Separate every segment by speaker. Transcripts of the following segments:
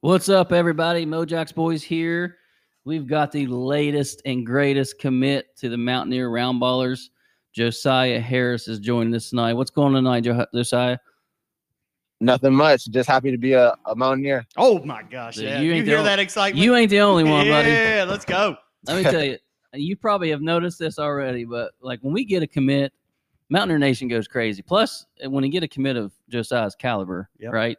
Speaker 1: What's up, everybody? Mojax Boys here. We've got the latest and greatest commit to the Mountaineer Roundballers. Josiah Harris is joining us tonight. What's going on tonight, Jo- Josiah?
Speaker 2: Nothing much. Just happy to be a, a mountaineer.
Speaker 3: Oh my gosh!
Speaker 1: Dude,
Speaker 3: yeah.
Speaker 1: you
Speaker 3: You,
Speaker 1: ain't the
Speaker 3: hear
Speaker 1: only-
Speaker 3: that excitement?
Speaker 1: You ain't the only one, buddy.
Speaker 3: Yeah, let's go.
Speaker 1: Let me tell you, you probably have noticed this already, but like when we get a commit, Mountaineer Nation goes crazy. Plus, uh, when you get a commit of Josiah's caliber,
Speaker 3: Yep.
Speaker 1: right?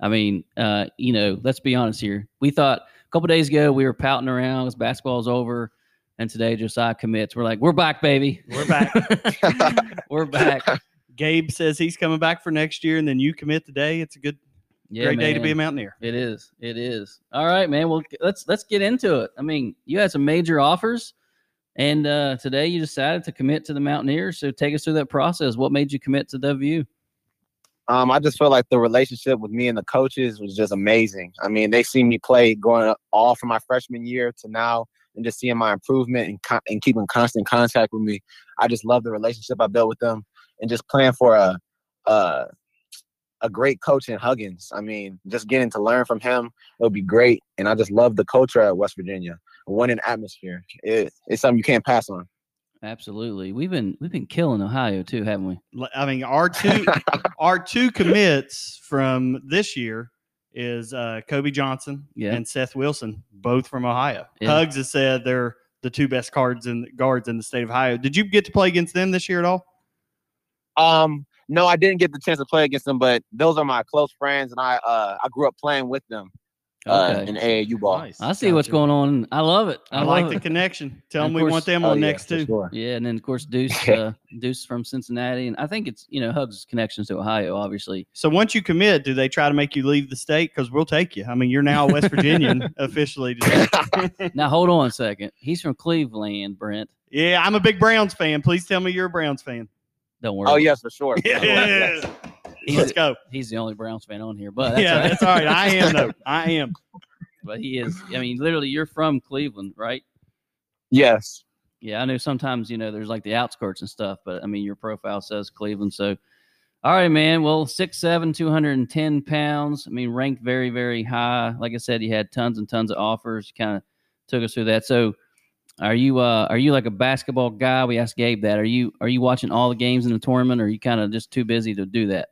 Speaker 1: I mean, uh, you know, let's be honest here. We thought a couple days ago we were pouting around because basketball's over, and today Josiah commits. We're like, we're back, baby.
Speaker 3: We're back.
Speaker 1: we're back.
Speaker 3: Gabe says he's coming back for next year, and then you commit today. It's a good,
Speaker 1: Yeah,
Speaker 3: great day to be a
Speaker 1: man.
Speaker 3: Mountaineer.
Speaker 1: It is. It is. All right, man. Well, let's let's get into it. I mean, you had some major offers, and uh, today you decided to commit to the Mountaineers. So take us through that process. What made you commit to WU?
Speaker 2: Um, I just feel like the relationship with me and the coaches was just amazing. I mean, they see me play going up all from my freshman year to now, and just seeing my improvement and con- and keeping constant contact with me. I just love the relationship I built with them, and just playing for a a, a great coach in Huggins. I mean, just getting to learn from him it would be great, and I just love the culture at West Virginia. A winning atmosphere. It, it's something you can't pass on.
Speaker 1: Absolutely. We've been we've been killing Ohio too, haven't we?
Speaker 3: L- I mean, our two, our two commits from this year is uh, Kobe Johnson
Speaker 1: Yeah.
Speaker 3: and Seth Wilson, both from Ohio.
Speaker 1: Yeah.
Speaker 3: Hugs has said they're the two best cards in guards in the state of Ohio. Did you get to play against them this year at all?
Speaker 2: Um, no, I didn't get the chance to play against them, but those are my close friends, and I uh, I grew up playing with them uh, in AAU ball.
Speaker 1: I see what's going on. I love it. I,
Speaker 3: I, like
Speaker 1: love
Speaker 3: the
Speaker 1: it.
Speaker 3: connection. Tell
Speaker 1: And of
Speaker 3: them we
Speaker 1: course-
Speaker 3: want them
Speaker 2: Oh,
Speaker 3: on
Speaker 2: yeah,
Speaker 3: next
Speaker 2: for
Speaker 3: too.
Speaker 2: sure.
Speaker 1: Yeah, and then of course Deuce, uh, Deuce from Cincinnati, and I think it's you know Hugs' connections to Ohio, obviously.
Speaker 3: So once you commit, do they try to make you leave the state? Because we'll take you. I mean, you're now a West Virginian officially. today.
Speaker 1: now hold on a second. He's from Cleveland, Brent.
Speaker 3: yeah, I'm a big Browns fan. Please tell me you're a Browns fan.
Speaker 1: Don't worry.
Speaker 2: Oh yes, for sure. For sure,
Speaker 3: Yeah.
Speaker 2: yes.
Speaker 3: Let's
Speaker 1: he's,
Speaker 3: go.
Speaker 1: he's the only Browns fan on here, but Oh, that's
Speaker 3: yeah,
Speaker 1: all right.
Speaker 3: that's all right. I am though. I am.
Speaker 1: but he is. I mean, literally, you're from Cleveland, right?
Speaker 2: Yes.
Speaker 1: Yeah, I know. Sometimes you know there's like the outskirts and stuff, but I mean, your profile says Cleveland. So, all right, man. Well, six seven, two hundred and ten pounds. I mean, ranked very, very high. Like I said, you had tons and tons of offers. You kind of took us through that. So, are you uh are you like a basketball guy? We asked Gabe that. Are you are you watching all the games in the tournament, or are you kind of just too busy to do that?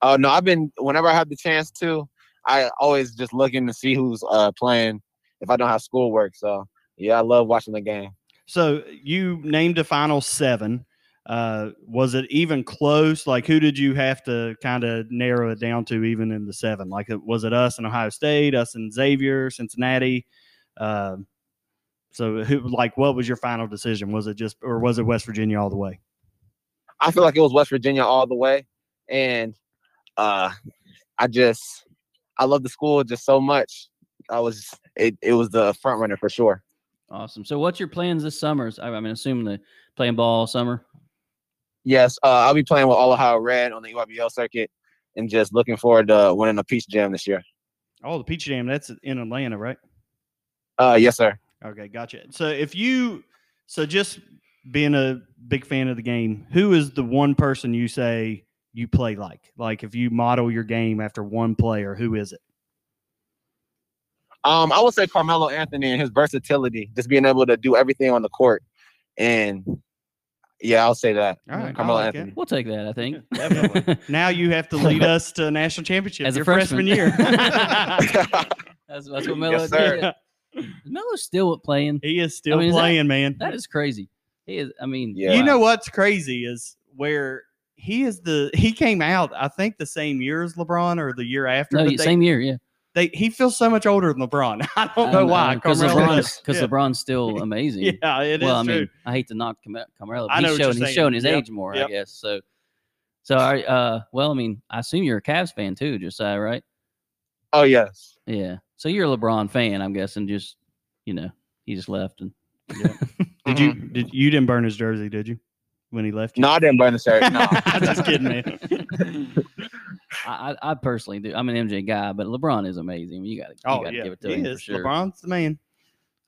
Speaker 2: Oh no, I've been whenever I have the chance to, I always just looking to see who's uh, playing if I don't have schoolwork. So yeah, I love watching the game.
Speaker 3: So you named a final seven. Uh, was it even close? Like, who did you have to kind of narrow it down to, even in the seven? Like, it- was it us and Ohio State, us and Xavier, Cincinnati? Um so, who, like, what was your final decision? Was it just, or was it West Virginia all the way?
Speaker 2: I feel like it was West Virginia all the way, and uh, I just I love the school just so much. I was it, it was the front runner for sure.
Speaker 1: Awesome. So, what's your plans this summer? I I mean, assuming the playing ball all summer.
Speaker 2: Yes, uh, I'll be playing with All Ohio Red on the UIBL circuit, and just looking forward to winning a Peach Jam this year.
Speaker 3: Oh, the Peach Jam. That's in Atlanta, right?
Speaker 2: Uh, yes, sir.
Speaker 3: Okay, gotcha. So if you, so just being a big fan of the game, who is the one person you say you play like? Like if you model your game after one player, who is it?
Speaker 2: Um, I would say Carmelo Anthony and his versatility, just being able to do everything on the court, and yeah, I'll say that.
Speaker 3: All right, I
Speaker 2: Carmelo
Speaker 3: like it.
Speaker 2: Anthony.
Speaker 1: We'll take that. I think.
Speaker 3: Yeah, definitely. Now you have to lead us to a national championship
Speaker 1: As a
Speaker 3: your
Speaker 1: freshman.
Speaker 3: freshman, year.
Speaker 1: That's, that's what Melo
Speaker 2: Yes,
Speaker 1: did.
Speaker 2: sir.
Speaker 1: Melo's still playing.
Speaker 3: he is still
Speaker 1: I mean, is that-
Speaker 3: playing, man.
Speaker 1: That is crazy. He is. I mean,
Speaker 2: Yeah.
Speaker 3: You know what's crazy is where he is the he came out I think the same year as LeBron or the year after.
Speaker 1: no,
Speaker 3: but
Speaker 1: yeah,
Speaker 3: they-
Speaker 1: same year. Yeah,
Speaker 3: they he feels so much older than LeBron. I don't know Oh, why.
Speaker 1: Because
Speaker 3: Carmelo
Speaker 1: LeBron's
Speaker 3: is-
Speaker 1: because
Speaker 3: yeah.
Speaker 1: LeBron's still amazing.
Speaker 3: yeah, it is
Speaker 1: well, I
Speaker 3: true.
Speaker 1: mean, I hate to knock Cam- Camarello. But
Speaker 3: I know
Speaker 1: he's
Speaker 3: what
Speaker 1: showing he's
Speaker 3: you're saying.
Speaker 1: showing his
Speaker 3: Yep,
Speaker 1: age more,
Speaker 3: yep.
Speaker 1: I guess. So, so I uh, well, I mean, I assume you're a Cavs fan too, Josiah, right?
Speaker 2: Oh yes.
Speaker 1: Yeah. So you're a LeBron fan, I'm guessing. Just you know, he just left and
Speaker 3: Did you did you didn't burn his jersey, did you? When he left you?
Speaker 2: No, I didn't burn the shirt. No.
Speaker 3: I'm just kidding, man.
Speaker 1: I, I I personally do. I'm an MJ guy, but LeBron is amazing. You got to you
Speaker 3: Oh,
Speaker 1: got to
Speaker 3: yeah.
Speaker 1: give it to
Speaker 3: he
Speaker 1: him for
Speaker 3: is.
Speaker 1: sure.
Speaker 3: LeBron's the man.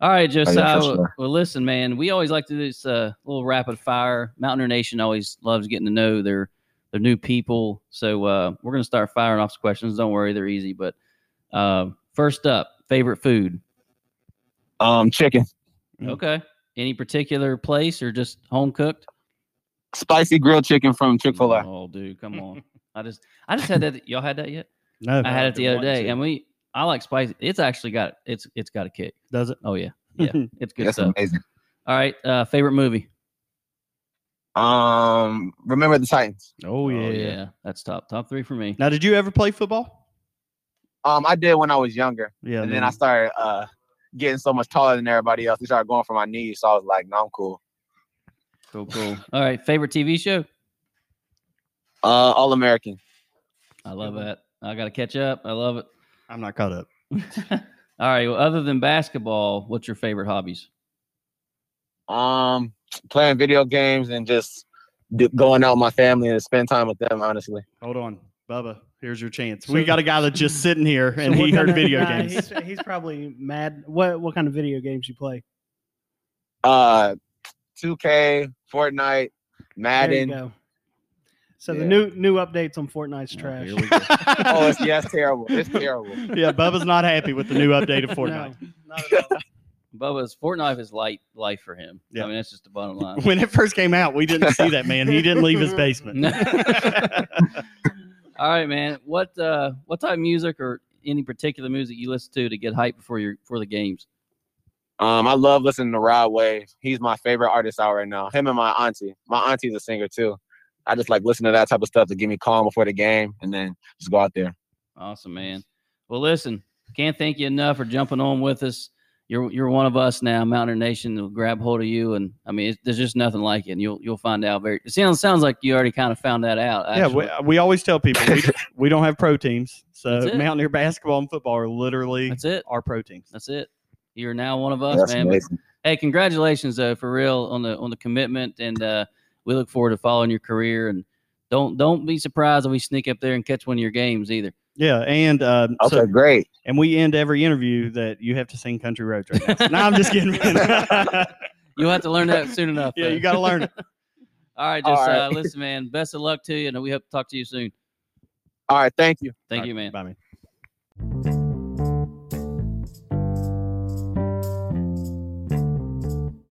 Speaker 1: All right, Josiah. well-
Speaker 2: sure.
Speaker 1: Well, listen, man. We always like to do this uh, little rapid fire. Mountaineer Nation always loves getting to know their their new people. So uh, we're gonna start firing off some questions. Don't worry, they're easy. But Uh, first up, favorite food.
Speaker 2: Um, chicken,
Speaker 3: Mm.
Speaker 1: Okay. Any particular place or just home cooked?
Speaker 2: spicy grilled chicken from Chick Fil A.
Speaker 1: Oh, dude, come on. I just, I just had that. Y'all had that yet?
Speaker 3: No,
Speaker 1: I had it
Speaker 4: I've been
Speaker 1: the other
Speaker 4: wanting
Speaker 1: day,
Speaker 4: to.
Speaker 1: and we. I like spicy. It's actually got it's it's got a kick.
Speaker 3: does it?
Speaker 1: Oh yeah, yeah, it's good
Speaker 2: That's
Speaker 1: stuff.
Speaker 2: amazing.
Speaker 1: All right, uh, favorite movie.
Speaker 2: Um, remember the Titans.
Speaker 3: oh, yeah.
Speaker 1: that's top top three for me.
Speaker 3: Now, did you ever play football?
Speaker 2: Um, I did when I was younger,
Speaker 3: Yeah.
Speaker 2: and
Speaker 3: no.
Speaker 2: then I started uh getting so much taller than everybody else. They started going for my knees, so I was like, "No, I'm cool."
Speaker 1: Cool, cool. All right, favorite TV show.
Speaker 2: Uh, All American.
Speaker 1: I love that. I got to catch up. I love it.
Speaker 3: I'm not caught up.
Speaker 1: All right. Well, other than basketball, what's your favorite hobbies?
Speaker 2: Um, playing video games and just d- going out with my family and spend time with them. Honestly,
Speaker 3: Hold on, Bubba. Here's your chance.
Speaker 4: So-
Speaker 3: we got a guy that's just sitting here
Speaker 4: So
Speaker 3: and
Speaker 4: what
Speaker 3: he
Speaker 4: kind
Speaker 3: heard
Speaker 4: of-
Speaker 3: video
Speaker 4: nah,
Speaker 3: games.
Speaker 4: He's, he's probably mad. What what kind of video games you play?
Speaker 2: uh, 2K, Fortnite,
Speaker 4: There you
Speaker 2: Madden.
Speaker 4: go. So the
Speaker 2: Yeah.
Speaker 4: new new updates on Fortnite's
Speaker 1: Oh,
Speaker 4: trash.
Speaker 1: here we go.
Speaker 2: Oh, it's, yeah, it's terrible. It's terrible.
Speaker 3: yeah, Bubba's not happy with the new update of Fortnite.
Speaker 4: No, not at all.
Speaker 1: Bubba's Fortnite is light life for him.
Speaker 3: Yeah.
Speaker 1: I mean, that's just the bottom line.
Speaker 3: When it first came out, we didn't see that man. He didn't leave his basement.
Speaker 1: All right, man. What uh, what type of music or any particular music you listen to to get hype before your for the games?
Speaker 2: Um, I love listening to Rod Wave. He's my favorite artist out right now. Him and my auntie. My auntie's a singer too. I just like listening to that type of stuff to get me calm before the game, and then just go out there.
Speaker 1: Awesome, man. Well, listen, can't thank you enough for jumping on with us. You're you're one of us now, Mountaineer Nation. will grab hold of you, and I mean, it, there's just nothing like it. And you'll you'll find out very. It sounds sounds like you already kind of found that out.
Speaker 3: yeah,
Speaker 1: Actually.
Speaker 3: we, we always tell people we, we don't have pro teams. So
Speaker 1: That's it.
Speaker 3: Mountaineer basketball and football are literally
Speaker 1: that's it.
Speaker 3: our pro teams.
Speaker 1: That's it. You're now one of us,
Speaker 2: That's
Speaker 1: man.
Speaker 2: amazing.
Speaker 1: Hey, congratulations though for real on the on the commitment, and uh, we look forward to following your career. And don't don't be surprised if we sneak up there and catch one of your games either.
Speaker 3: Yeah, and um,
Speaker 2: Okay,
Speaker 3: so,
Speaker 2: great.
Speaker 3: and we end every interview that you have to sing Country Roads right now. So, no, I'm just kidding. man.
Speaker 1: You'll have to learn that soon enough.
Speaker 3: yeah,
Speaker 1: though.
Speaker 3: you got to learn it.
Speaker 1: All right,
Speaker 2: All
Speaker 1: just
Speaker 2: right.
Speaker 1: Uh, listen, man. Best of luck to you, and we hope to talk to you soon.
Speaker 2: All right, thank you.
Speaker 1: Thank
Speaker 3: All
Speaker 1: you, man.
Speaker 3: right, Bye, man.
Speaker 1: All